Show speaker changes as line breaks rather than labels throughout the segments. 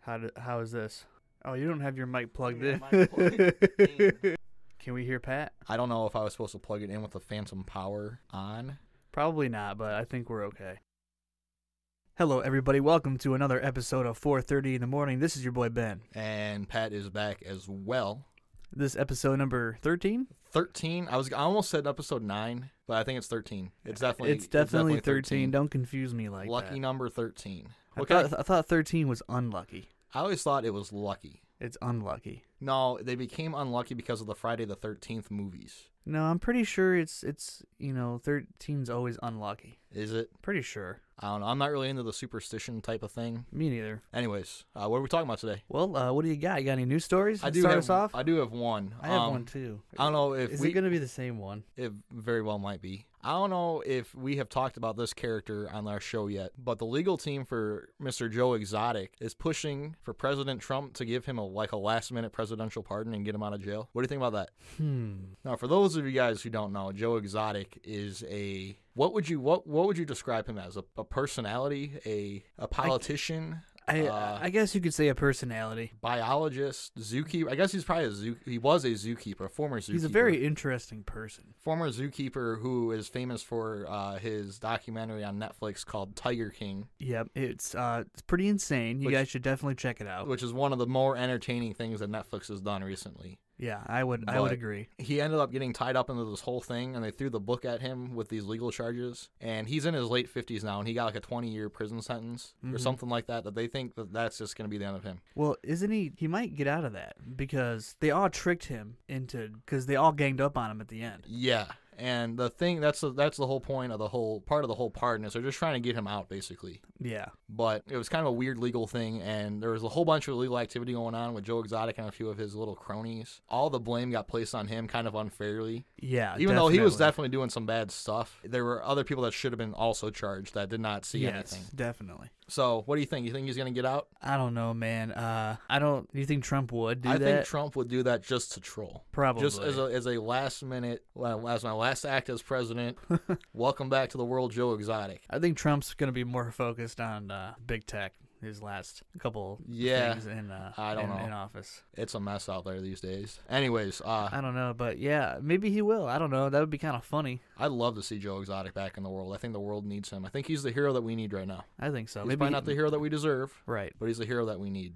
How do, how is this? Oh, you don't have your mic plugged
Yeah,
in.
mic plugged
Can we hear Pat?
I don't know if I was supposed to plug it in with the phantom power on.
Probably not, but I think we're okay. Hello, everybody. Welcome to another episode of 4:30 in the morning. This is your boy Ben.
And Pat is back as well.
This episode number 13.
13. I was I almost said episode 9, but I think it's 13. It's definitely
it's definitely 13. Don't confuse me like
lucky
that.
number 13.
I
Okay. I,
thought, I thought 13 was unlucky.
always thought it was lucky.
It's unlucky.
No, they became unlucky because of the Friday the 13th movies.
No, I'm pretty sure it's it's you know 13's always unlucky.
Is it?
Pretty sure.
I don't know. I'm not really into the superstition type of thing.
Me neither.
Anyways, uh, what are we talking about today?
Well, uh, what do you got? You got any news stories?
I
to
do
start
have
us off.
I do have one.
I have
Um,
one too.
I don't know if
Is
we
it going to be the same one?
It very well might be. I don't know if we have talked about this character on our show yet, but the legal team for Mr. Joe Exotic is pushing for President Trump to give him a like a last minute presidential pardon and get him out of jail. What do you think about that?
Hmm.
Now, for those of you guys who don't know, Joe Exotic is a what would you what what would you describe him as? A, a personality, a a politician,
I
Uh,
I guess you could say a personality.
biologist, zookeeper. I guess he's probably a zoo. He was a zookeeper, a former zookeeper.
He's a very interesting person.
former zookeeper who is famous for uh, his documentary on Netflix called Tiger King,
Yep, it's uh it's pretty insane. You
Which-
guys should definitely check it out.
which is one of the more entertaining things that Netflix has done recently.
yeah, I would I would
but-
agree.
He ended up getting tied up into this whole thing, and they threw the book at him with these legal charges. And he's in his late 50s now, and he got like a 20 year prison sentence or
Mhm.
something like that. That they think that that's just going to be the end of him.
Well, isn't he? He might get out of that because they all tricked him into because they all ganged up on him at the end.
Yeah. And the thing that's the, that's the whole point of the whole part of the whole pardon is they're just trying to get him out basically.
Yeah,
but it was kind of a weird legal thing and there was a whole bunch of illegal activity going on with joe exotic and a few of his little cronies all the blame got placed on him kind of unfairly
yeah.
even though he was
definitely.
definitely doing some bad stuff there were other people that should have been also charged that did not see
yes,
anything
definitely.
so what do you think you think he's going to get out
I don't know, man. Uh, I don't. You think Trump would do
i
that?
think trump would do that just to troll
Probably.
just as a, as a last minute well, as my last act as president welcome back to the world joe exotic
I think Trump's gonna be more focused on uh, big tech. His last couple
Yeah,
things in uh,
I don't
in,
know.
in office.
it's a mess out there these days anyways uh,
I don't know, but yeah, maybe he will. I don't know. That would be kind of funny.
I'd love to see Joe Exotic back in the world. I think the world needs him. I think he's the hero that we need right now.
I think so.
He's
maybe
probably not the hero that we deserve,
right.
but he's the hero that we need.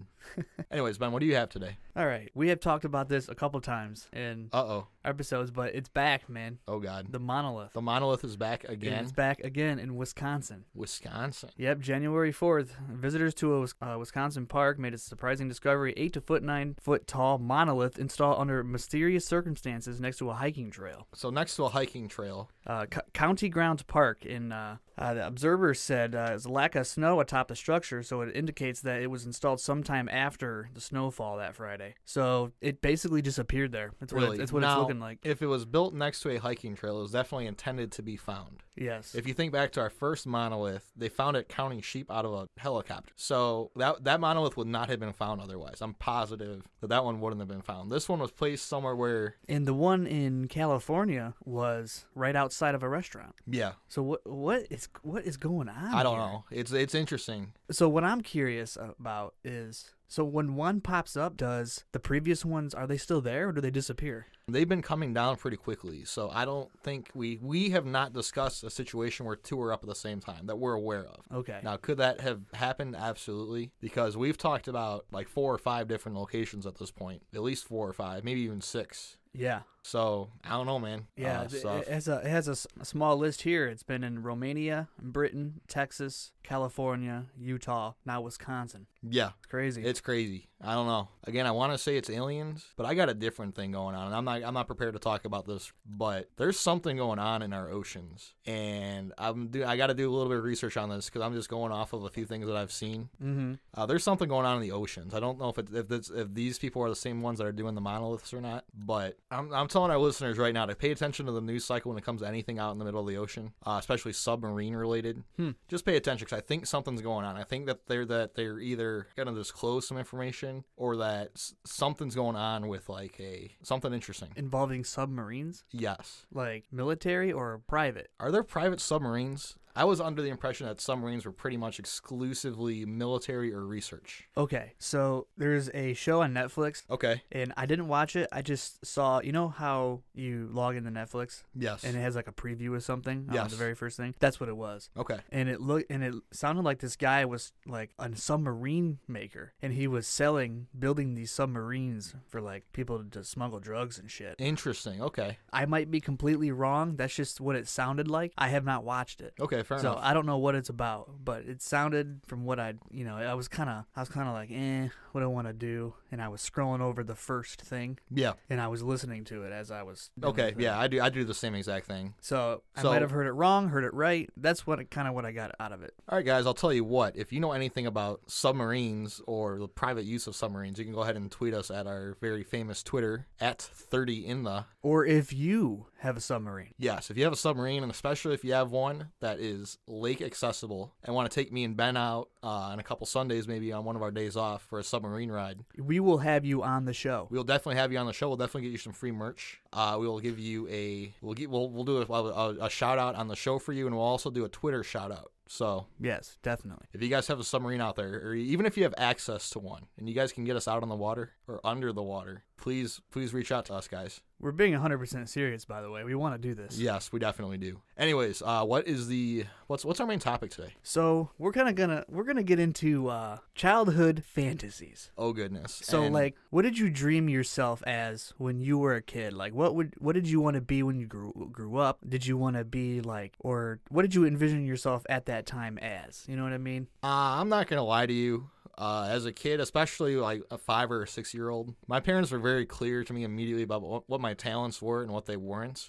Anyways, Ben, what do you have today?
All right, we have talked about this a couple times in
Uh oh.
episodes, but it's back, man.
Oh God.
The monolith.
The monolith is back
And
again.
It's back again in Wisconsin.
Wisconsin.
Yep, January 4th, visitors to a Wis- uh, Wisconsin park made a surprising discovery. Eight to foot, nine foot tall monolith installed under mysterious circumstances next to a hiking trail.
So next to a hiking trail.
Uh, C- County Grounds Park in uh, uh, the observers said uh, is a lack of snow atop the structure, so it indicates that it was installed sometime after the snowfall that Friday. So it basically just appeared there. That's what,
Really?
it's, that's what it's
Now,
looking like.
If it was built next to a hiking trail, it was definitely intended to be found.
Yes.
If you think back to our first monolith, they found it counting sheep out of a helicopter. So that that monolith would not have been found otherwise. I'm positive that that one wouldn't have been found. This one was placed somewhere where,
and the one in California was right outside of a restaurant.
yeah,
So what what is what is going on?
I don't
here?
know. It's it's interesting.
So what I'm curious about is so when one pops up, does the previous ones are they still there or do they disappear?
They've been coming down pretty quickly, so I don't think we we have not discussed a situation where two are up at the same time that we're aware of.
Okay.
Now, could that have happened? Absolutely, because we've talked about like four or five different locations at this point, at least four or five, maybe even six.
Yeah.
So I don't know, man.
Yeah,
Uh,
it-
stuff.
it has a it has a, s- a small list here. It's been in Romania, Britain, Texas, California, Utah, now Wisconsin.
yeah,
It's crazy.
it's crazy. I don't know. Again, I want to say it's aliens, but I got a different thing going on, and I'm not I'm not prepared to talk about this. But there's something going on in our oceans, and I'm do I got to do a little bit of research on this because I'm just going off of a few things that I've seen.
mm-hmm.
Uh, there's something going on in the oceans. I don't know if it, if, it's, if these people are the same ones that are doing the monoliths or not, but I'm, I'm telling our listeners right now to pay attention to the news cycle when it comes to anything out in the middle of the ocean, uh, especially submarine related.
Hmm.
Just pay attention because I think something's going on. I think that they're that they're either going to disclose some information or that s- something's going on with like a something interesting.
Involving submarines,
Yes.
like military or private.
Are there private submarines? I was under the impression that submarines were pretty much exclusively military or research.
Okay, so there's a show on Netflix,
Okay.
and I didn't watch it. I just saw, you know how you log into Netflix
Yes.
and it has like a preview of something on
Yes.
the very first thing? That's what it was.
okay.
and it looked and it sounded like this guy was like a submarine maker and he was selling building these submarines for like people to, smuggle drugs and shit
Interesting. Okay.
i might be completely wrong that's just what it sounded like i have not watched it
Okay. Oh, Fair
so
enough.
i don't know what it's about but it sounded from what i you know i was kind of i was kind of like eh what do i want to do and i was scrolling over the first thing
yeah.
and i was listening to it as i was doing the
Okay.
thing.
Yeah. I do. I do the same exact thing.
so, i
So-
might have heard it wrong heard it right that's what kind of what i got out of it
All right, guys. I'll tell you what. If you know anything about submarines or the private use of submarines, you can go ahead and tweet us at our very famous Twitter at thirty in the.
or if you have a submarine
Yes, if you have a submarine, and especially if you have one that is lake accessible and want to take me and Ben out uh, on a couple Sundays, maybe on one of our days off for a submarine ride,
We will have you on the show.
we'll definitely have you on the show. We'll definitely get you some free merch. Uh, we will give you a we'll get we'll, we'll do a, a, a shout out on the show for you, and we'll also do a Twitter shout out. So
Yes, definitely.
if you guys have a submarine out there, or even if you have access to one, and you guys can get us out on the water or under the water, please please reach out to us, guys.
We're being 100% serious, by the way. We want to do this.
Yes, we definitely do. Anyways, uh, what is the what's what's our main topic today?
So we're kind of gonna we're gonna get into uh, childhood fantasies.
Oh goodness.
So
And
like, what did you dream yourself as when you were a kid? Like, what would what did you want to be when you grew grew up? Did you want to be like, or what did you envision yourself at that time as? You know what I mean?
uh, I'm not gonna lie to you. Uh, as a kid, especially like a five or six year old, my parents were very clear to me immediately about what, what my talents were and what they weren't.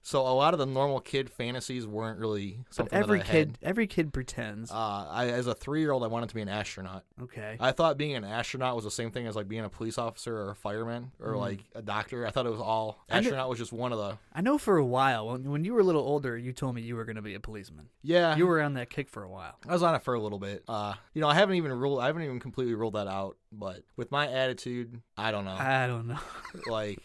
so a lot of the normal kid fantasies weren't really something
Every
that I
kid every kid pretends.
had. Uh, I, as a three year old, I wanted to be an astronaut.
okay.
I thought being an astronaut was the same thing as like being a police officer or a fireman or like a doctor. I thought it was all
Mm. I kn-
astronaut was just one of the
I know for a while when when you were a little older, you told me you were gonna be a policeman.
yeah.
You were on that kick for a while.
I was on it for a little bit. Uh, you know, I haven't even ruled, I haven't even completely ruled that out. But with my attitude, I don't know.
I don't know.
like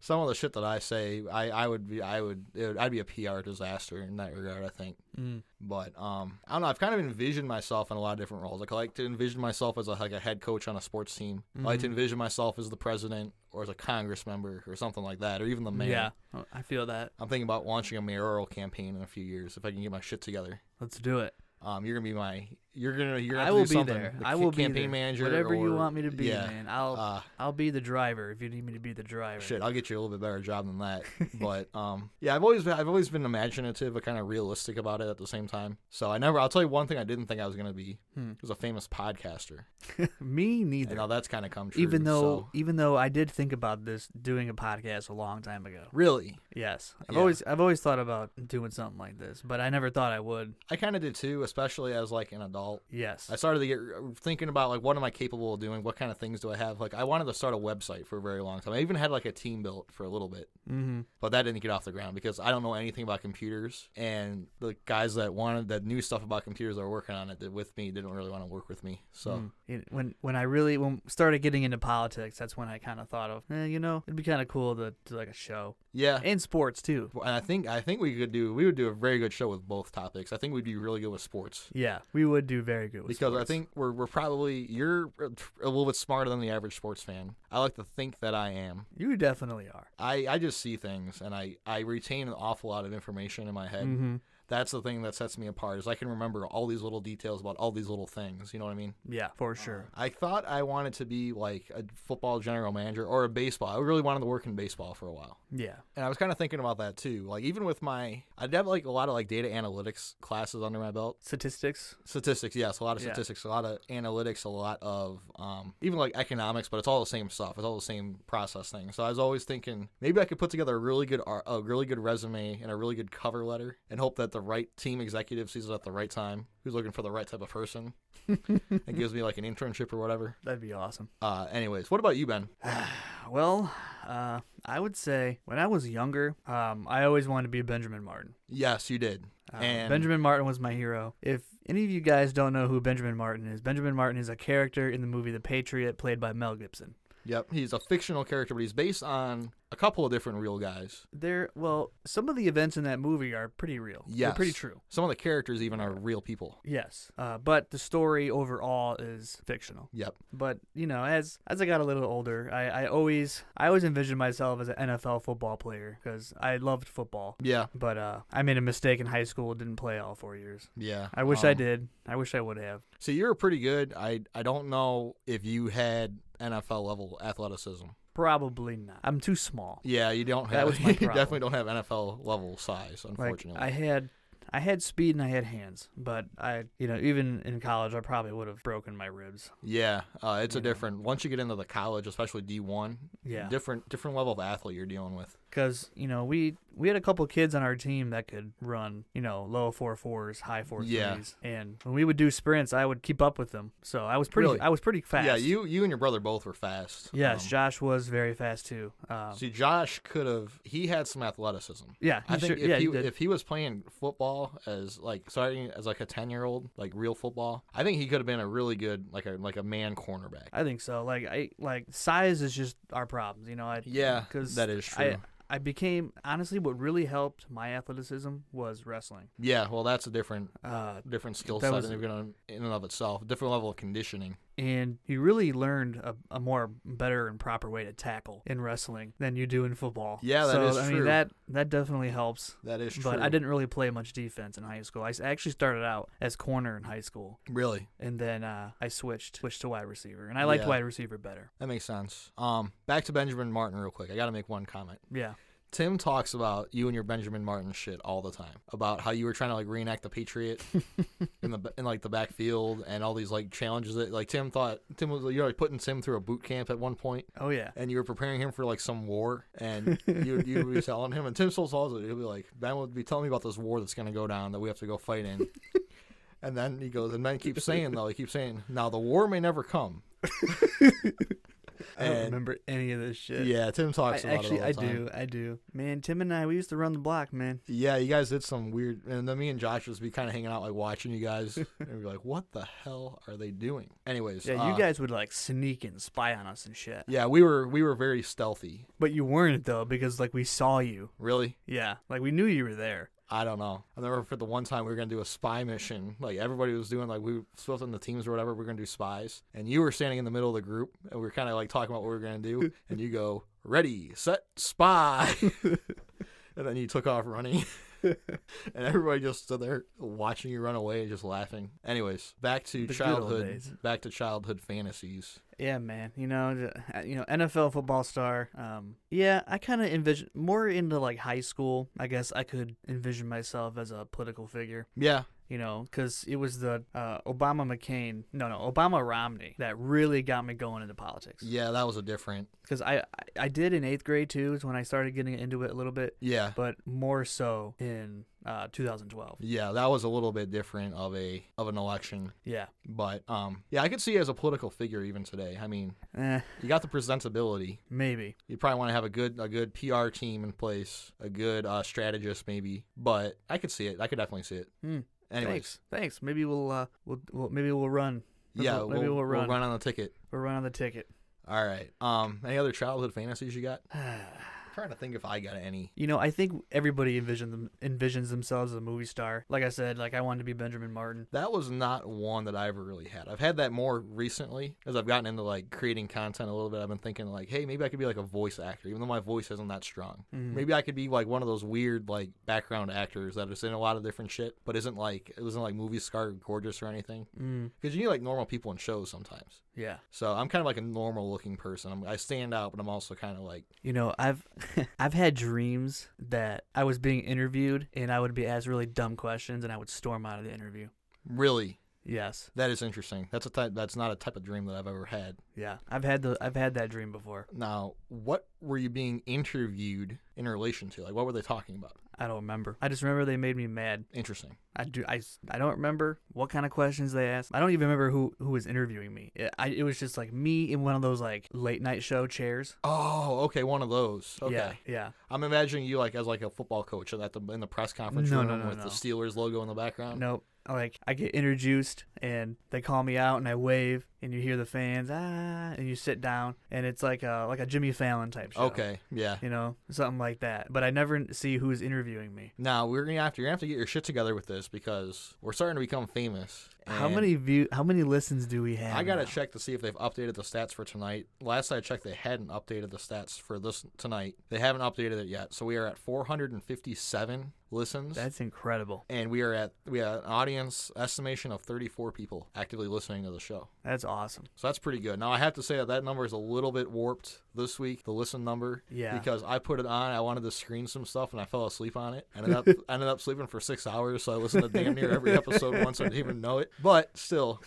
some of the shit that I say, I, I would be, I would, it would, I'd be a PR disaster in that regard. I think.
Mm.
But um, I don't know. I've kind of envisioned myself in a lot of different roles. Like I like to envision myself as a, like a head coach on a sports team. I
Mm-hmm.
like to envision myself as the president or as a Congress member or something like that, or even the mayor.
Yeah, Oh, I feel that.
I'm thinking about launching a mayoral campaign in a few years if I can get my shit together.
Let's do it.
Um, you're gonna be my. You're gonna. You're gonna.
I
have
will
to do
be
something.
there.
The
I
ca-
will be
campaign
there.
manager.
Whatever you
or-
want me to be,
yeah.
man. I'll
Uh,
I'll be the driver if you need me to be the driver.
Shit, I'll get you a little bit better job than that. but um, yeah, I've always been, I've always been imaginative, but kind of realistic about it at the same time. So I never. I'll tell you one thing I didn't think I was gonna be
Hmm.
was a famous podcaster.
me
And
neither.
now that's kind of come true.
even though
so-
even though I did think about this doing a podcast a long time ago.
really,
Yes, I've
Yeah.
always I've always thought about doing something like this, but I never thought I would.
I kind of did too, especially as like an adult.
Yes.
I started to get uh, thinking about like what am I capable of doing? What kind of things do I have? Like I wanted to start a website for a very long time. I even had like a team built for a little bit.
mm-hmm.
but that didn't get off the ground because I don't know anything about computers, and the guys that wanted that knew stuff about computers that were working on it that with me didn't really want to work with me. So
Hmm. Mm-hmm. when when I really when started getting into politics, that's when I kind of thought of, eh, you know, it'd be kind of cool to do like a show
yeah,
and sports too.
and I think I think we could do we would do a very good show with both topics. I think we'd be really good with sports.
Yeah, we would do very good with
Because I
sports.
think we're, we're probably you're a little bit smarter than the average sports fan. I like to think that I am.
you definitely are.
I, I just see things and I, I retain an awful lot of information in my head.
Mm-hmm.
That's the thing that sets me apart is I can remember all these little details about all these little things. You know what I mean?
Yeah,
Uh,
for sure.
I thought I wanted to be like a football general manager or a baseball. I really wanted to work in baseball for a while.
Yeah.
And I was kind of thinking about that too. Like even with my I'd have like a lot of like data analytics classes under my belt.
Statistics.
Statistics, yes, a lot of
Yeah.
statistics, a lot of analytics, a lot of um, even like economics, but it's all the same stuff. It's all the same process thing. So I was always thinking maybe I could put together a really good ar- a really good resume and a really good cover letter, and hope that the right team executive sees it at the right time, who's looking for the right type of person, and gives me like an internship or whatever.
That'd be awesome.
Uh, anyways, what about you, Ben?
Well, uh, I would say when I was younger, um, I always wanted to be Benjamin Martin.
Yes, you did.
Um,
and
Benjamin Martin was my hero. If any of you guys don't know who Benjamin Martin is, Benjamin Martin is a character in the movie The Patriot, played by Mel Gibson.
Yep, he's a fictional character, but he's based on a couple of different real guys.
There, well, some of the events in that movie are pretty real.
Yes.
they're pretty true.
Some of the characters even are real people.
Yes, uh, but the story overall is fictional.
Yep.
But you know, as as I got a little older, I, I always I always envisioned myself as an NFL football player because I loved football.
Yeah.
But uh, I made a mistake in high school. Didn't play all four years.
Yeah.
I wish I
Um,
did. I wish I would have.
So you were pretty good. I I don't know if you had NFL level athleticism.
Probably not. I'm too small.
Yeah, you don't have.
That was my
you
problem.
definitely don't have NFL level size,
Like
unfortunately.
I had. I had speed and I had hands, but I, you know, even in college, I probably would have broken my ribs.
yeah, uh, it's a
Yeah.
different. Once you get into the college, especially D one,
Yeah.
different different level of athlete you're dealing with.
because you know we we had a couple kids on our team that could run you know low four fours high four threes
Yeah.
and when we would do sprints i would keep up with them so i was pretty
Really?
i was pretty fast
Yeah, you you and your brother both were fast.
yes
Um,
josh was very fast too um,
see, Josh could have. He had some athleticism.
yeah he
I think
sure-
if
yeah
he
did.
if he was playing football as like starting as like a ten year old like real football, I think he could have been a really good like a like a man cornerback.
i think so like i like size is just our problems you know i
Yeah,
'cause
that is
I-
true.
I became honestly what really helped my athleticism was wrestling.
yeah, well, that's a different
Uh,
different skill
That
set
was-
and even on- in and of itself, different level of conditioning.
and you really learned a, a more better and proper way to tackle in wrestling than you do in football.
Yeah, that
so,
is
I
true.
mean that that definitely helps.
That is true.
But I didn't really play much defense in high school. I s- actually started out as corner in high school,
really.
and then uh, I switched switched to wide receiver, and I liked
Yeah.
wide receiver better.
That makes sense. Um, back to Benjamin Martin real quick. I got to make one comment.
Yeah,
Tim talks about you and your Benjamin Martin shit all the time about how you were trying to like reenact the Patriot in the in like the backfield and all these like challenges that like Tim thought Tim was you were like putting Tim through a boot camp at one point
oh yeah,
and you were preparing him for like some war and you you would be telling him and Tim still tells it he'll be like Ben would be telling me about this war that's gonna go down that we have to go fight in. And then he goes, and Ben keeps saying though, he keeps saying, "Now the war may never come."
I don't
And-
remember any of this shit.
Yeah, Tim
I,
talks about
actually
it all
I
the time.
do, I do. Man, Tim and I we used to run the block, man.
Yeah, you guys did some weird, and then me and Josh just be kind of hanging out, like watching you guys, and we're like, "What the hell are they doing?" Anyways,
Yeah, you
uh,
guys would like sneak and spy on us and shit.
yeah, we were we were very stealthy.
But you weren't though, because like we saw you.
Really,
Yeah, like we knew you were there.
I don't know. I remember for the one time we were gonna do a spy mission, like everybody was doing, like we were split in the teams or whatever. We are gonna do spies, and you were standing in the middle of the group, and we were kind of like talking about what we were gonna do, and you go, "Ready, set, spy." And then you took off running, and everybody just stood there watching you run away and just laughing. Anyways, back to
The good old
childhood,
days.
back to childhood fantasies.
Yeah, man. You know, j- uh, you know, NFL football star. Um, yeah, I kind of envision more into like high school. I guess I could envision myself as a political figure.
Yeah,
You know, because it was the uh, Obama McCain, no, no, Obama Romney that really got me going into politics.
yeah, that was a different.
Because I, I, I did in eighth grade too, is when I started getting into it a little bit,
Yeah,
but more so in uh, 2012.
yeah, that was a little bit different of a of an election.
Yeah.
But um, yeah, I could see you as a political figure even today. I mean,
Eh,
you got the presentability.
maybe.
You probably want to have a good a good PR team in place, a good uh, strategist maybe. But I could see it. I could definitely see it.
Hmm.
Anyways,
Thanks. Thanks. Maybe we'll, uh, we'll, we'll, maybe we'll run. Maybe
yeah,
we'll- maybe
we'll,
we'll
we'll
run.
run on the ticket.
We'll run on the ticket.
All right. Um, any other childhood fantasies you got? I'm trying to think if I got any.
You know, I think everybody envisions them, envisions themselves as a movie star. Like I said, like I wanted to be Benjamin Martin.
That was not one that I ever really had. I've had that more recently as I've gotten into like creating content a little bit. I've been thinking like, hey, maybe I could be like a voice actor, even though my voice isn't that strong. Maybe I could be like one of those weird like background actors that is in a lot of different shit, but isn't like it wasn't like movie star gorgeous or anything.
Mm,
Because you need like normal people in shows sometimes.
yeah.
So I'm kind of like a normal looking person. I'm, I stand out, but I'm also kind of like,
You know, I've I've had dreams that I was being interviewed and I would be asked really dumb questions and I would storm out of the interview.
really,
Yes.
that is interesting. That's a type. That's not a type of dream that I've ever had.
Yeah. I've had the I've had that dream before.
Now, what were you being interviewed in relation to? Like, what were they talking about?
I don't remember. I just remember they made me mad.
Interesting.
I do I, s- I don't remember what kind of questions they asked. I don't even remember who who was interviewing me. It, I, it was just like me in one of those like late night show chairs.
Oh, okay, one of those. Okay,
Yeah. Yeah.
I'm imagining you like as like a football coach at the in the press conference
No,
room
no, no,
with
no.
the Oh. Steelers logo in the background.
Nope. Like I get introduced and they call me out and I wave and you hear the fans ah, and you sit down, and it's like a like a Jimmy Fallon type show.
Okay. Yeah.
You know, something like that. But I never see who's interviewing me.
Now we're gonna have to you're gonna have to get your shit together with this because we're starting to become famous.
how
and
many view? How many listens do we have?
I gotta
now?
check to see if they've updated the stats for tonight. Last I checked, they hadn't updated the stats for this tonight. They haven't updated it yet, so we are at 457 listens,
That's incredible.
and we are at we have an audience estimation of 34 people actively listening to the show.
That's awesome.
So that's pretty good. Now I have to say that that number is a little bit warped this week, the listen number,
Yeah.
because I put it on. I wanted to screen some stuff, and I fell asleep on it. Ended up ended up sleeping for six hours, so I listened to damn near every episode once. I didn't even know it, but still,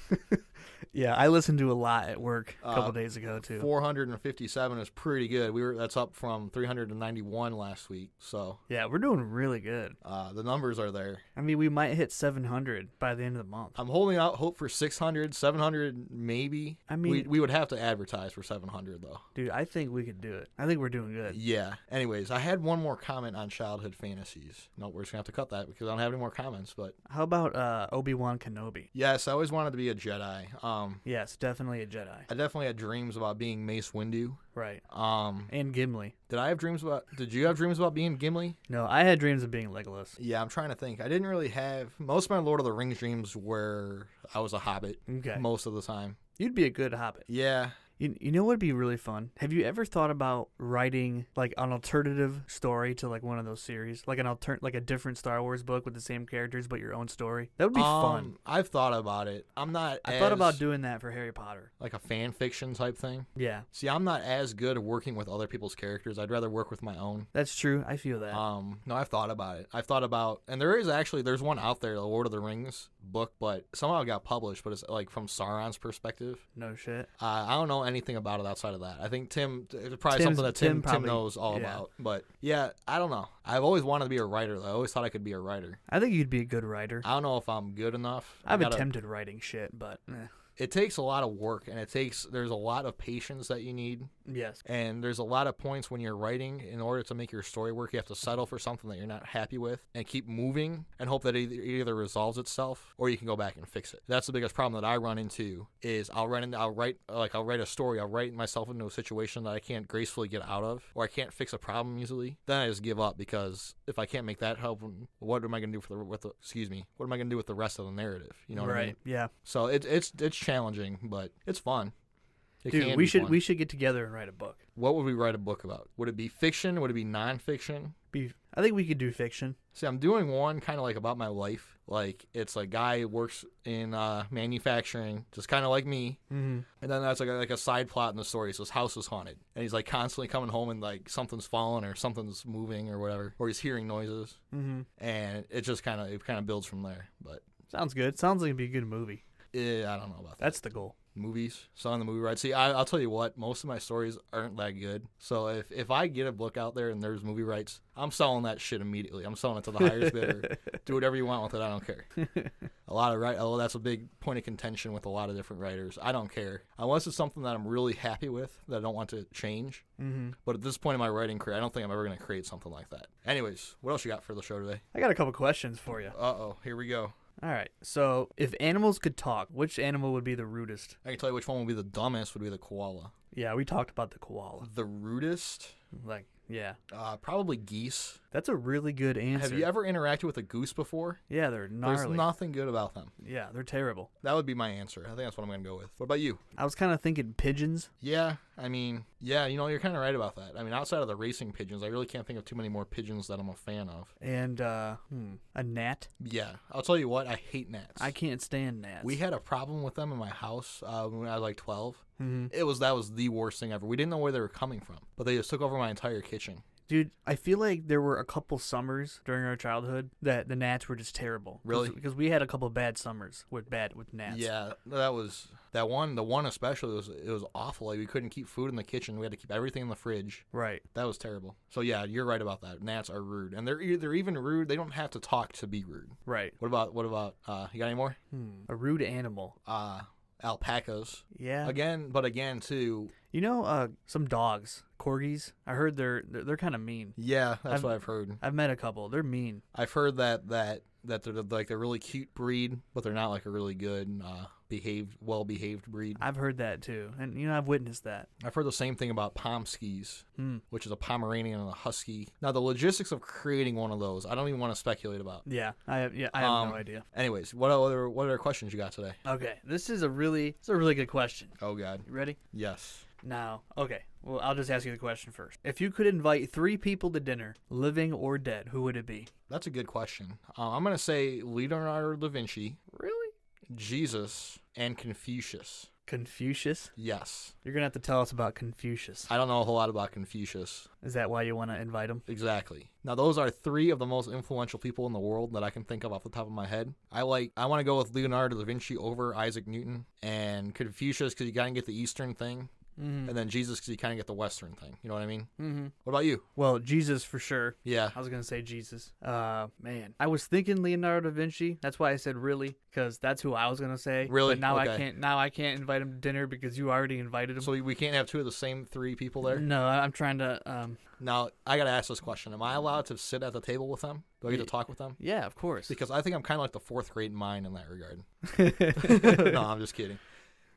Yeah, I listened to a lot at work a couple
Uh,
days ago too.
457 is pretty good. We were that's up from 391 last week. So
yeah, we're doing really good.
uh, the numbers are there.
I mean, we might hit 700 by the end of the month.
I'm holding out hope for 600, 700 maybe.
I
we,
mean-
we would have to advertise for 700 though.
Dude, I think we could do it. I think we're doing good.
Yeah. Anyways, I had one more comment on childhood fantasies. No, we're just gonna have to cut that because I don't have any more comments. But
How about uh, Obi Wan Kenobi?
yes, I always wanted to be a Jedi. Um,
Yes, definitely a Jedi.
I definitely had dreams about being Mace Windu.
Right.
Um,
And Gimli.
did I have dreams about? Did you have dreams about being Gimli?
No, I had dreams of being Legolas.
Yeah, I'm trying to think. I didn't really have most of my Lord of the Rings dreams were I was a hobbit
Okay.
most of the time.
You'd be a good hobbit.
Yeah.
You, you know what would be really fun? Have you ever thought about writing like an alternative story to like one of those series? Like an alter- like a different Star Wars book with the same characters but your own story? That would be fun.
Um, I've thought about it. I'm not
I thought about
as-
doing that for Harry Potter.
like a fan fiction type thing.
Yeah.
See, I'm not as good at working with other people's characters. I'd rather work with my own.
That's true. I feel that.
Um, no, I've thought about it. I've thought about, and there is actually there's one out there, the Lord of the Rings book, but somehow it got published. But it's like from Sauron's perspective.
no shit.
Uh, I don't know anything about it outside of that. I think Tim, it's probably
Tim's-
something that Tim, Tim,
Tim probably-
knows all
yeah.
about. But yeah, I don't know. I've always wanted to be a writer. Though. I always thought I could be a writer.
I think you'd be a good writer.
I don't know if I'm good enough. I
I've
gotta-
attempted writing shit, but eh.
It takes a lot of work, and it takes there's a lot of patience that you need,
yes.
and there's a lot of points when you're writing. In order to make your story work, you have to settle for something that you're not happy with, and keep moving, and hope that it either, it either resolves itself or you can go back and fix it. That's the biggest problem that I run into is I'll run into I'll write like I'll write a story, I'll write myself into a situation that I can't gracefully get out of, or I can't fix a problem easily. Then I just give up because if I can't make that happen, what am I gonna do for the with the, excuse me? What am I gonna do with the rest of the narrative? You know what I mean?
right. Yeah.
So it, it's it's challenging, but it's fun. It
Dude,
can
we
be
should
fun.
we should get together and write a book.
What would we write a book about? Would it be fiction? Would it be nonfiction?
Be I think we could do fiction.
See, I'm doing one kind of like about my life. Like it's a guy who works in uh, manufacturing, just kind of like me.
Mm-hmm.
And then that's like a, like a side plot in the story. So his house is haunted, and he's like constantly coming home and like something's falling or something's moving or whatever, or he's hearing noises,
Mm-hmm.
and it just kind of it kind of builds from there. But
Sounds good. Sounds like it'd be a good movie.
eh, I don't know about that.
That's the goal.
movies. So on the movie ride. See, I, I'll tell you what, most of my stories aren't that good. So if, if I get a book out there and there's movie rights, I'm selling that shit immediately. I'm selling it to the highest bidder. Do whatever you want with it. I don't care. A lot of right. Oh, that's a big point of contention with a lot of different writers. I don't care unless it's something that I'm really happy with that I don't want to change.
Mm-hmm.
But at this point in my writing career, I don't think I'm ever going to create something like that. Anyways, what else you got for the show today?
I got a couple questions for you.
Uh oh, here we go.
All right. So, if animals could talk, which animal would be the rudest?
I can tell you which one would be the dumbest. Would be the koala.
Yeah, we talked about the koala.
The rudest,
Like, yeah.
uh, probably geese.
That's a really good answer.
Have you ever interacted with a goose before?
Yeah, they're gnarly.
There's nothing good about them.
yeah, they're terrible.
That would be my answer. I think that's what I'm going to go with. What about you?
I was kind of thinking pigeons.
Yeah, I mean, yeah, you know, you're kind of right about that. I mean, outside of the racing pigeons, I really can't think of too many more pigeons that I'm a fan of.
And uh, hmm, a gnat.
Yeah, I'll tell you what, I hate gnats.
I can't stand gnats.
we had a problem with them in my house uh, when I was like 12.
Mhm.
It was that was the worst thing ever. We didn't know where they were coming from, but they just took over my entire kitchen.
Dude, I feel like there were a couple summers during our childhood that the gnats were just terrible. 'Cause-
Really?
Because we had a couple bad summers with bad with gnats.
Yeah, that was that one. The one especially was it was awful. Like we couldn't keep food in the kitchen. We had to keep everything in the fridge.
Right.
That was terrible. So yeah, you're right about that. Gnats are rude, and they're e- they're even rude. They don't have to talk to be rude.
Right.
What about what about uh, you got any more?
Hmm. A rude animal.
Uh, alpacas
Yeah.
again, but again too.
You know, uh, some dogs, corgis. I heard they're they're, they're kind of mean.
Yeah, that's
I've-
what I've heard.
I've met a couple. They're mean.
I've heard that that that they're like they're really cute breed, but they're not like a really good uh, behaved, well behaved breed.
I've heard that too, and you know I've witnessed that.
I've heard the same thing about Pomskis,
Hmm.
which is a Pomeranian and a Husky. Now the logistics of creating one of those, I don't even want to speculate about.
Yeah, I have, yeah, I have
Um,
no idea.
Anyways, what other what other questions you got today?
Okay, this is a really, it's a really good question.
Oh God,
You ready?
yes.
No. Okay. Well, I'll just ask you the question first. If you could invite three people to dinner, living or dead, who would it be?
That's a good question. Uh, I'm gonna say Leonardo da Vinci,
Really?
Jesus, and Confucius.
Confucius.
Yes,
You're gonna have to tell us about Confucius.
I don't know a whole lot about Confucius
Is that why you want to invite him?
exactly. Now those are three of the most influential people in the world that I can think of off the top of my head. I like. I want to go with Leonardo da Vinci over Isaac Newton and Confucius because you kind of get the Eastern thing,
Mm-hmm.
and then Jesus because you kind of get the Western thing. You know what I mean? What about you?
Well, Jesus for sure.
Yeah.
I was gonna say Jesus. Uh, man, I was thinking Leonardo da Vinci. That's why I said really, because that's who I was gonna say.
Really?
But now I
Okay.
can't. Now I can't invite him to dinner because you already invited him.
So we- we can't have two of the same three people there.
No, I- I'm trying to. Um,
Now I gotta ask this question: Am I allowed to sit at the table with them? Do I get to talk with them?
yeah, of course.
Because I think I'm kind of like the fourth grade mind in that regard. no, I'm just kidding.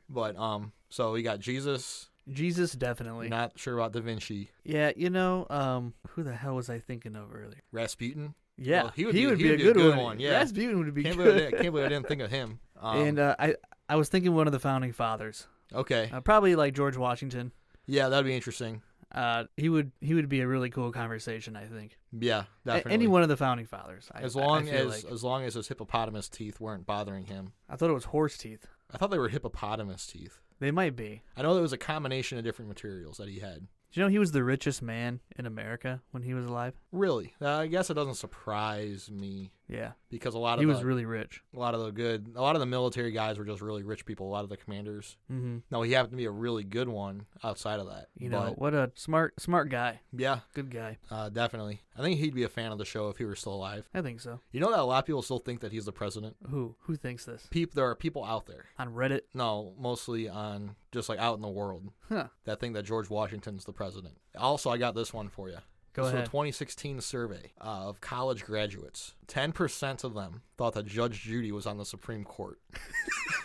But um, so we got Jesus.
Jesus definitely.
Not sure about Da Vinci.
Yeah, you know, um, who the hell was I thinking of earlier?
Rasputin.
Yeah,
Well, he would be- he would
a good, one.
yeah.
Rasputin would be
Can't believe, I
good.
didn't, can't believe I didn't think of him. Um,
and uh, I, I was thinking one of the founding fathers,
okay,
uh, probably like George Washington.
yeah, that'd be interesting.
Uh, he would he would be a really cool conversation, I think.
Yeah,
A-
definitely.
any one of the founding fathers. I,
as
I- I
long
feel
as
like.
as long as his hippopotamus teeth weren't bothering him.
I thought it was horse teeth.
I thought they were hippopotamus teeth.
They might be.
I know there was a combination of different materials that he had.
Do you know he was the richest man in America when he was alive?
Really, Uh, I guess it doesn't surprise me
Yeah,
because a lot of
he
the,
was really rich.
a lot of the good a lot of the military guys were just really rich people a lot of the commanders
hmm
no he happened to be a really good one outside of that
You know what a smart smart guy,
but, yeah
good guy.
uh, definitely i think he'd be a fan of the show if he were still alive
I think so.
you know that a lot of people still think that he's the president
Who who thinks this
people there are people out there
on Reddit?
no mostly on just like out in the world
Huh.
that think that george washington's the president also i got this one for you
Go
This was
ahead.
a 2016 survey uh, of college graduates. 10% of them thought that Judge Judy was on the Supreme Court.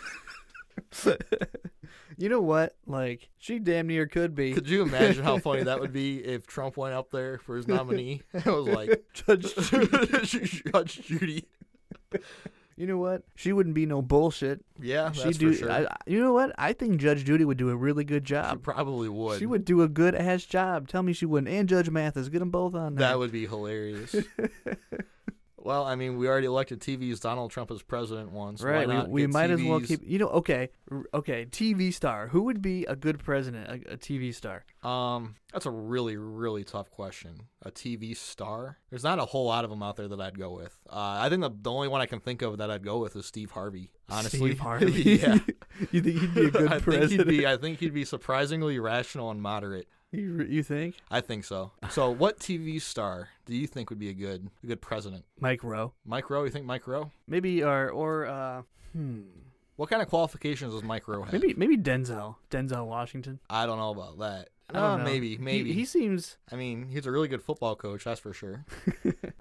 you know what? Like she damn near could be
Could you imagine how funny that would be if Trump went up there for his nominee? I was like,
judge.
Judge Judy.
You know what? She wouldn't be no bullshit.
Yeah,
She
that's
do.
for sure.
I, I- you know what? I think Judge Judy would do a really good
she
job.
probably would.
She would do a good ass job. Tell me she wouldn't. And Judge Mathis, get them both on there.
That would be hilarious. well, I mean, we already elected TV's Donald Trump as president once. Why
right.
not
We, we
get
might as well
TV's
keep. You know. Okay. r- Okay. TV star. Who would be a good president? A, a TV star.
Um, that's a really, really tough question. A TV star? There's not a whole lot of them out there that I'd go with. Uh, I think the, the only one I can think of that I'd go with is Steve Harvey. Honestly,
Steve Harvey.
yeah,
you think he'd be a good
I
president?
Think he'd be, I think he'd be surprisingly rational and moderate.
you, re- you think?
I think so. So, what TV star do you think would be a good, a good president?
Mike Rowe.
Mike Rowe? You think Mike Rowe?
Maybe or or uh. Hmm.
What kind of qualifications does Mike Rowe have?
Maybe maybe Denzel. Denzel Washington.
I don't know about that.
I don't
Uh,
know.
maybe,
He-
maybe.
He, seems
I mean, he's a really good football coach, that's for sure.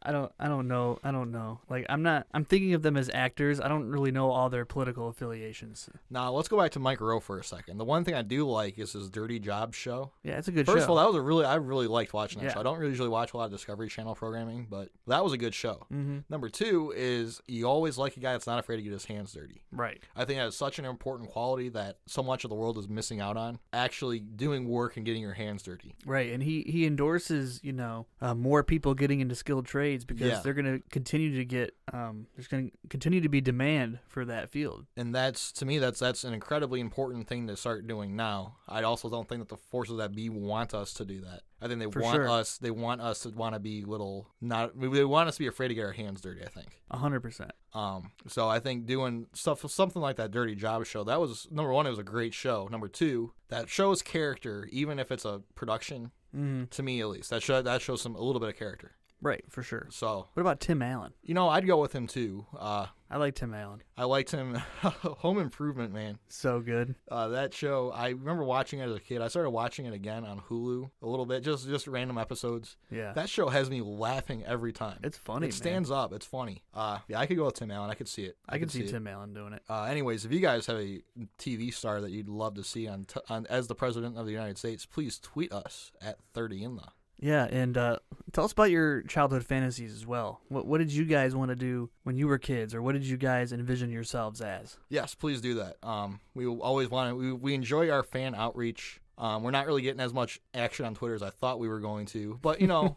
I don't I don't know. I don't know. Like I'm not I'm thinking of them as actors. I don't really know all their political affiliations.
Now let's go back to Mike Rowe for a second. The one thing I do like is his Dirty Jobs show.
Yeah, it's a good
First
show.
of all, that was a really I really liked watching that
Yeah.
show. I don't really usually watch a lot of Discovery Channel programming, but that was a good show.
mm-hmm.
Number two is you always like a guy that's not afraid to get his hands dirty.
Right.
I think that is such an important quality that so much of the world is missing out on. Actually doing work and getting your hands dirty.
Right. And he he endorses, you know, uh, more people getting into skilled trades because
Yeah.
they're going to continue to get um there's going to continue to be demand for that field.
And that's to me that's that's an incredibly important thing to start doing now. I also don't think that the forces that be want us to do that. I think they
For
want
sure.
us they want us to want to be little not they want us to be afraid to get our hands dirty, I think.
100%.
Um, so I think doing stuff something like that Dirty Job show that was number one. It was a great show. Number two, that shows character, even if it's a production
Mhm.
Mm-hmm. to me at least. That show that shows some a little bit of character.
Right, for sure.
So,
What about Tim Allen?
you know, I'd go with him too. Uh,
I like Tim Allen.
I liked him. Home Improvement, man.
So good.
Uh, that show, I remember watching it as a kid. I started watching it again on Hulu a little bit, just just random episodes.
Yeah.
That show has me laughing every time.
it's funny.
it stands up. It's funny. Uh, yeah, I could go with Tim Allen. I could see it.
man. I can see
it.
Tim Allen doing it.
Uh, anyways, if you guys have a TV star that you'd love to see on, t- on as the president of the United States, please tweet us at thirty in the.
Yeah, and uh, tell us about your childhood fantasies as well. What what did you guys want to do when you were kids, or what did you guys envision yourselves as?
Yes, please do that. Um, we always want to. We, we enjoy our fan outreach. Um, we're not really getting as much action on Twitter as I thought we were going to, but you know,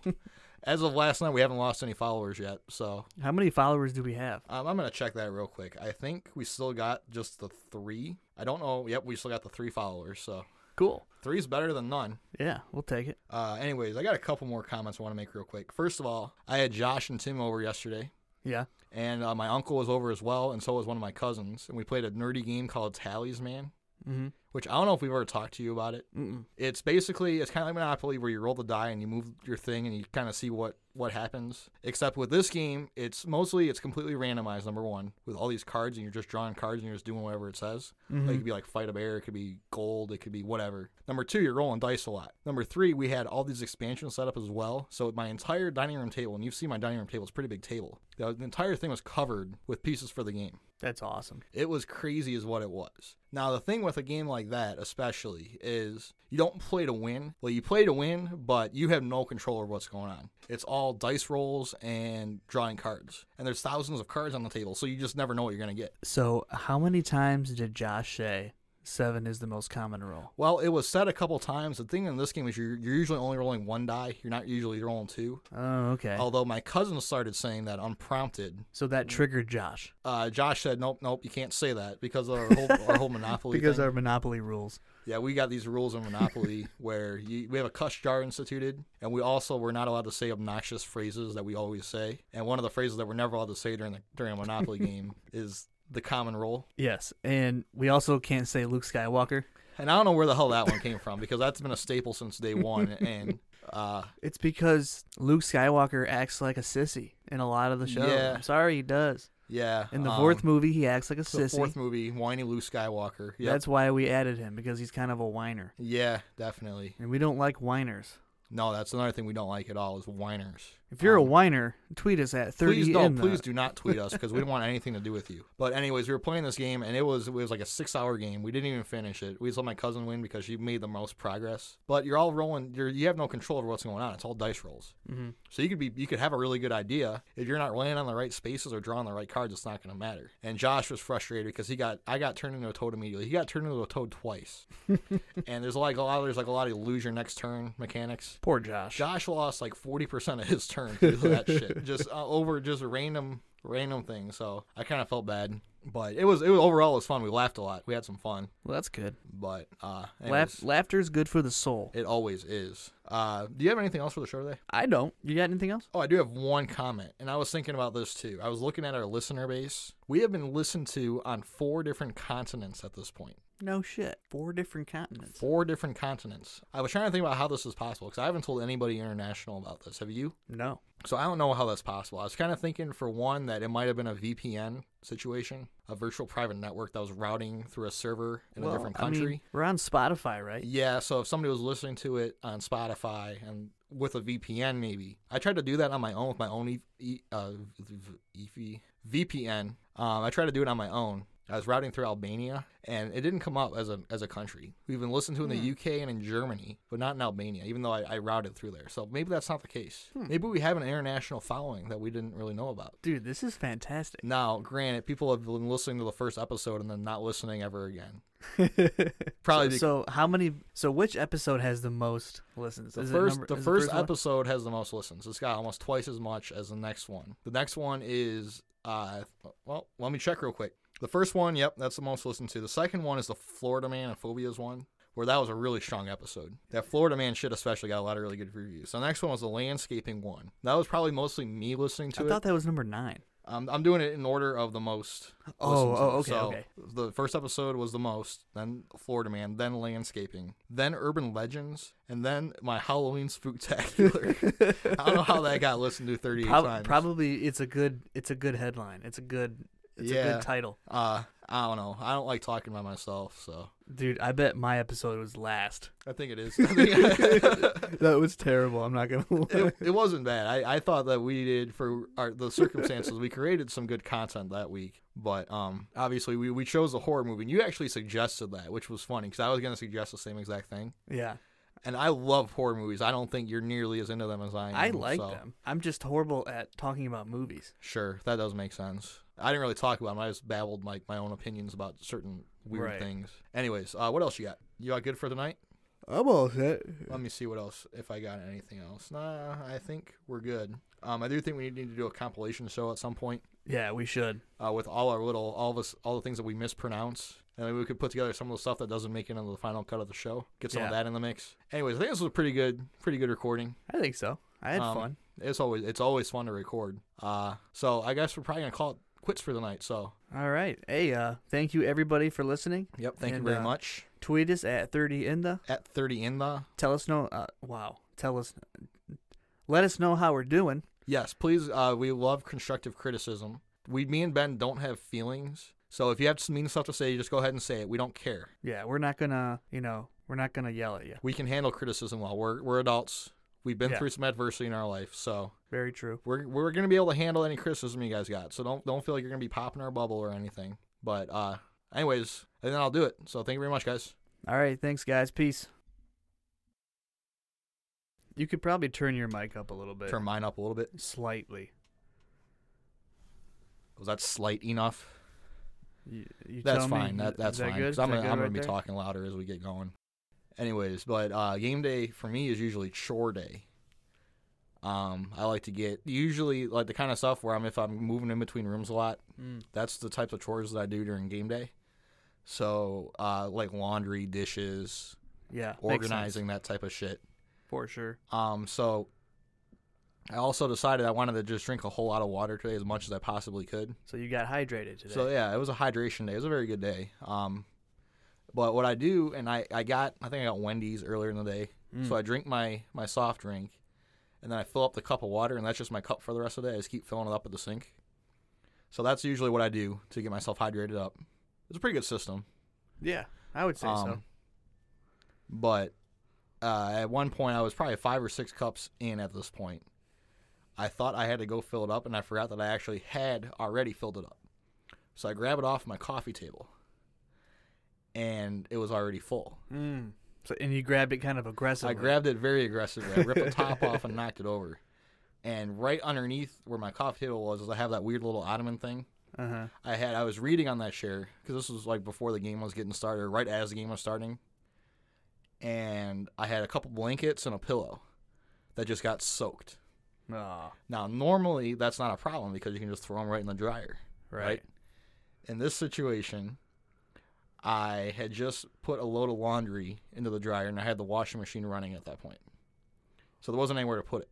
as of last night, we haven't lost any followers yet. So
How many followers do we have?
um, I'm gonna check that real quick. I think we still got just the three. I don't know. Yep, we still got the three followers. So
Cool.
three's better than none.
Yeah, we'll take it.
Uh, anyways, I got a couple more comments I want to make real quick. First of all, I had Josh and Tim over yesterday,
Yeah.
and uh, my uncle was over as well, and so was one of my cousins, and we played a nerdy game called Tallies Man,
Mm-hmm.
which I don't know if we've ever talked to you about it.
Mm-mm.
It's basically it's kind of like Monopoly where you roll the die and you move your thing and you kind of see what what happens. Except with this game, it's mostly it's completely randomized. Number one, with all these cards and you're just drawing cards and you're just doing whatever it says. Like it could be like fight a bear, it could be gold, it could be whatever. Number two, you're rolling dice a lot. Number three, we had all these expansions set up as well. So my entire dining room table, and you've seen my dining room table, it's a pretty big table. The the entire thing was covered with pieces for the game.
That's awesome.
It was crazy, is what it was. Now, the thing with a game like that, especially, is you don't play to win. Well, you play to win, but you have no control over what's going on. It's all dice rolls and drawing cards. And there's thousands of cards on the table, so you just never know what you're going to get.
So, how many times did Josh say seven is the most common rule?
Well, it was said a couple times. The thing in this game is you're, you're usually only rolling one die, you're not usually rolling two.
Oh, okay.
Although my cousin started saying that unprompted.
So that triggered Josh
Uh, Josh said, nope, nope, you can't say that because of our whole, our whole Monopoly
because
thing.
our Monopoly rules.
Yeah, we got these rules in Monopoly where you, we have a cuss jar instituted, and we also were not allowed to say obnoxious phrases that we always say. And one of the phrases that we're never allowed to say during the during a Monopoly game is the common rule.
Yes, and we also can't say Luke Skywalker.
And I don't know where the hell that one came from because that's been a staple since day one. And uh,
It's because Luke Skywalker acts like a sissy in a lot of the shows.
Yeah.
I'm sorry, he does.
yeah,
In the
um,
fourth movie, he acts like a
the
sissy.
fourth movie, whiny Luke Skywalker. Yep.
That's why we added him because he's kind of a whiner,
yeah, definitely.
and we don't like whiners.
No, that's another thing we don't like at all is whiners.
If you're
Um,
a whiner, tweet us at thirty.
Please no,
in the-
please do not tweet us because we don't want anything to do with you. But anyways, we were playing this game and it was it was like a six hour game. We didn't even finish it. We just let my cousin win because she made the most progress. But you're all rolling. You're you have no control over what's going on. It's all dice rolls. Mm-hmm. So you could be you could have a really good idea if you're not laying on the right spaces or drawing the right cards. It's not going to matter. And Josh was frustrated because he got I got turned into a toad immediately. He got turned into a toad twice. and there's like a lot there's like a lot of lose your next turn mechanics.
Poor Josh.
Josh lost like forty percent of his turn through that shit, just uh, over just random random things. So I kind of felt bad, but it was it was overall it was fun. We laughed a lot. We had some fun,
Well, that's good.
but uh,
Laugh-
anyways,
laughter's good for the soul.
it always is. Uh, do you have anything else for the show today?
I don't. You got anything else?
Oh, I do have one comment, and I was thinking about this too. I was looking at our listener base. We have been listened to on four different continents at this point.
No shit. Four different continents.
Four different continents. I was trying to think about how this is possible because I haven't told anybody international about this. Have you?
No.
So I don't know how that's possible. I was kind of thinking for one that it might have been a VPN situation, a virtual private network that was routing through a server in
Well,
a different
I mean,
country.
we're on Spotify, right?
yeah, so if somebody was listening to it on Spotify and with a VPN maybe. I tried to do that on my own with my own e- e- uh, v- v- VPN. Um, I tried to do it on my own. I was routing through Albania and it didn't come up as a as a country. We've been listened to in the UK and in Germany, but not in Albania, even though I, I routed through there. So maybe that's not the case. Maybe we have an international following that we didn't really know about.
Dude, this is fantastic.
Now, granted, people have been listening to the first episode and then not listening ever again. Probably because
So how many? So which episode has the most listens?
The
Is it
first,
number-
the
is
first
one?
episode has the most listens. It's got almost twice as much as the next one. The next one is, uh, well, let me check real quick. The first one, yep, that's the most listened to. The second one is the Florida Man and Phobias one, where that was a really strong episode. That Florida Man shit especially got a lot of really good reviews. The next one was the landscaping one. That was probably mostly me listening to
I
it.
thought that was number nine.
I'm, Um, I'm doing it in order of the most.
Oh,
listened to.
oh, okay,
So
okay.
The first episode was the most, then Florida Man, then landscaping, then urban legends, and then my Halloween spooktacular. I don't know how that got listened to 38
Prob-
times.
Probably it's a good it's a good headline. It's a good it's a
Yeah.
good title.
Uh, I don't know. I don't like talking by myself, so
Dude, I bet my episode was last.
I think it is. I think-
That was terrible. I'm not gonna
it, it wasn't bad. I, I thought that we did for our, the circumstances we created some good content that week, but um, obviously we, we chose a horror movie. And you actually suggested that, which was funny because I was going to suggest the same exact thing.
Yeah,
And I love horror movies. I don't think you're nearly as into them as I am.
I like
so-
them. I'm just horrible at talking about movies.
Sure, that does make sense. I didn't really talk about them. I just babbled like my own opinions about certain weird
Right.
things. Anyways, uh, what else you got? You got good for the night?
I'm all set.
Let me see what else. If I got anything else, nah, I think we're good. Um, I do think we need to do a compilation show at some point.
Yeah, we should.
uh, with all our little all of us all the things that we mispronounce. And maybe we could put together some of the stuff that doesn't make it into the final cut of the show. Get some of
Yeah.
that in the mix. Anyways, I think this was a pretty good, pretty good recording.
I think so. I had
Um,
fun.
It's always it's always fun to record. Uh, so I guess we're probably gonna call it quits for the night. So
All right. Hey, uh, thank you everybody for listening.
yep, thank
And,
you very
uh,
much.
Tweet us at 30 in the.
At thirty in the
Tell us no. Uh, wow. Tell us. Let us know how we're doing.
yes, please. Uh, we love constructive criticism. We, me and Ben, don't have feelings. So if you have some mean stuff to say, just go ahead and say it. We don't care.
Yeah, we're not gonna. You know, we're not gonna yell at you.
We can handle criticism while we're we're adults. We've been
Yeah.
through some adversity in our life, so
Very true.
we're we're gonna be able to handle any criticism you guys got. So don't don't feel like you're gonna be popping our bubble or anything. But uh, anyways, and then I'll do it. So thank you very much, guys.
All right. Thanks, guys. Peace. You could probably turn your mic up a little bit.
Turn mine up a little bit.
Slightly.
Was that slight enough?
You, you
That's
tell me.
fine. That
Is
that's fine.
good?
'cause
Is
I'm
that
gonna,
good
I'm gonna
right
be
there?
talking louder as we get going. Anyways, but uh, game day for me is usually chore day. Um, I like to get usually like the kind of stuff where I'm if I'm moving in between rooms a lot.
Mm.
That's the types of chores that I do during game day. So uh, like laundry, dishes,
Yeah. makes sense.
organizing that type of shit.
for sure.
Um, so I also decided I wanted to just drink a whole lot of water today as much as I possibly could.
So you got hydrated today.
So yeah, it was a hydration day. It was a very good day. Um, but what I do, and I, I got, I think I got Wendy's earlier in the day.
Mm.
So I drink my, my soft drink and then I fill up the cup of water and that's just my cup for the rest of the day. I just keep filling it up at the sink. So that's usually what I do to get myself hydrated up. It's a pretty good system.
yeah, I would say so.
Um, But uh, at one point, I was probably five or six cups in at this point. I thought I had to go fill it up, and I forgot that I actually had already filled it up. So I grab it off my coffee table, and it was already full.
Mm. So and you grabbed it kind of aggressively.
I grabbed it very aggressively. I ripped the top off and knocked it over. And right underneath where my coffee table was, is I have that weird little ottoman thing.
Uh-huh.
I had I was reading on that share because this was like before the game was getting started, or right as the game was starting, and I had a couple blankets and a pillow that just got soaked.
Oh,
Now normally that's not a problem because you can just throw them right in the dryer.
right.
Right. In this situation, I had just put a load of laundry into the dryer and I had the washing machine running at that point, so there wasn't anywhere to put it.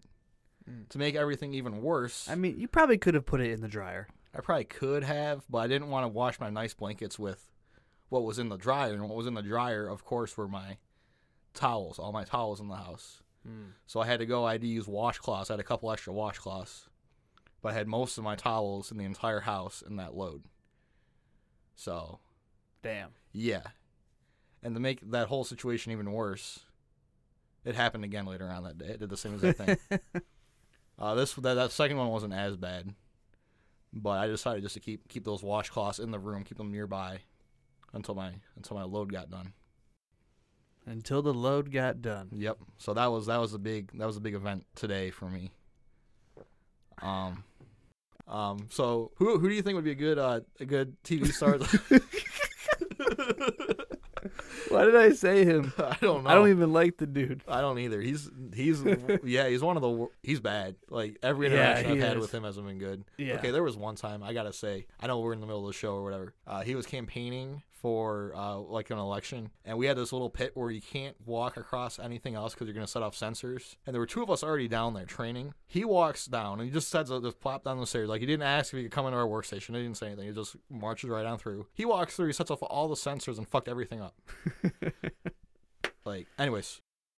Mm.
To make everything even worse,
I mean, you probably could have put it in the dryer.
I probably could have, but I didn't want to wash my nice blankets with what was in the dryer. And what was in the dryer, of course, were my towels, all my towels in the house.
Mm.
So I had to go, I had to use washcloths. I had a couple extra washcloths, but I had most of my towels in the entire house in that load. So,
Damn.
yeah. And to make that whole situation even worse, it happened again later on that day. It did the same exact thing. Uh, this that, that second one wasn't as bad, but I decided just to keep keep those washcloths in the room, keep them nearby, until my until my load got done.
Until the load got done.
Yep. So that was that was a big that was a big event today for me. Um, um. So who who do you think would be a good uh a good TV star?
Why did I say him?
I don't know.
I don't even like the dude.
I don't either. He's he's yeah. He's one of the wor- he's bad. Like every
Yeah,
interaction I've
he
had
is.
with him hasn't been good.
Yeah.
Okay, there was one time I gotta say I know we're in the middle of the show or whatever. Uh, he was campaigning for uh, like an election, and we had this little pit where you can't walk across anything else because you're gonna set off sensors. And there were two of us already down there training. He walks down and he just says, uh, "Just plop down the stairs." Like he didn't ask if he could come into our workstation. He didn't say anything. He just marches right on through. He walks through. He sets off all the sensors and fucked everything up. like, anyways,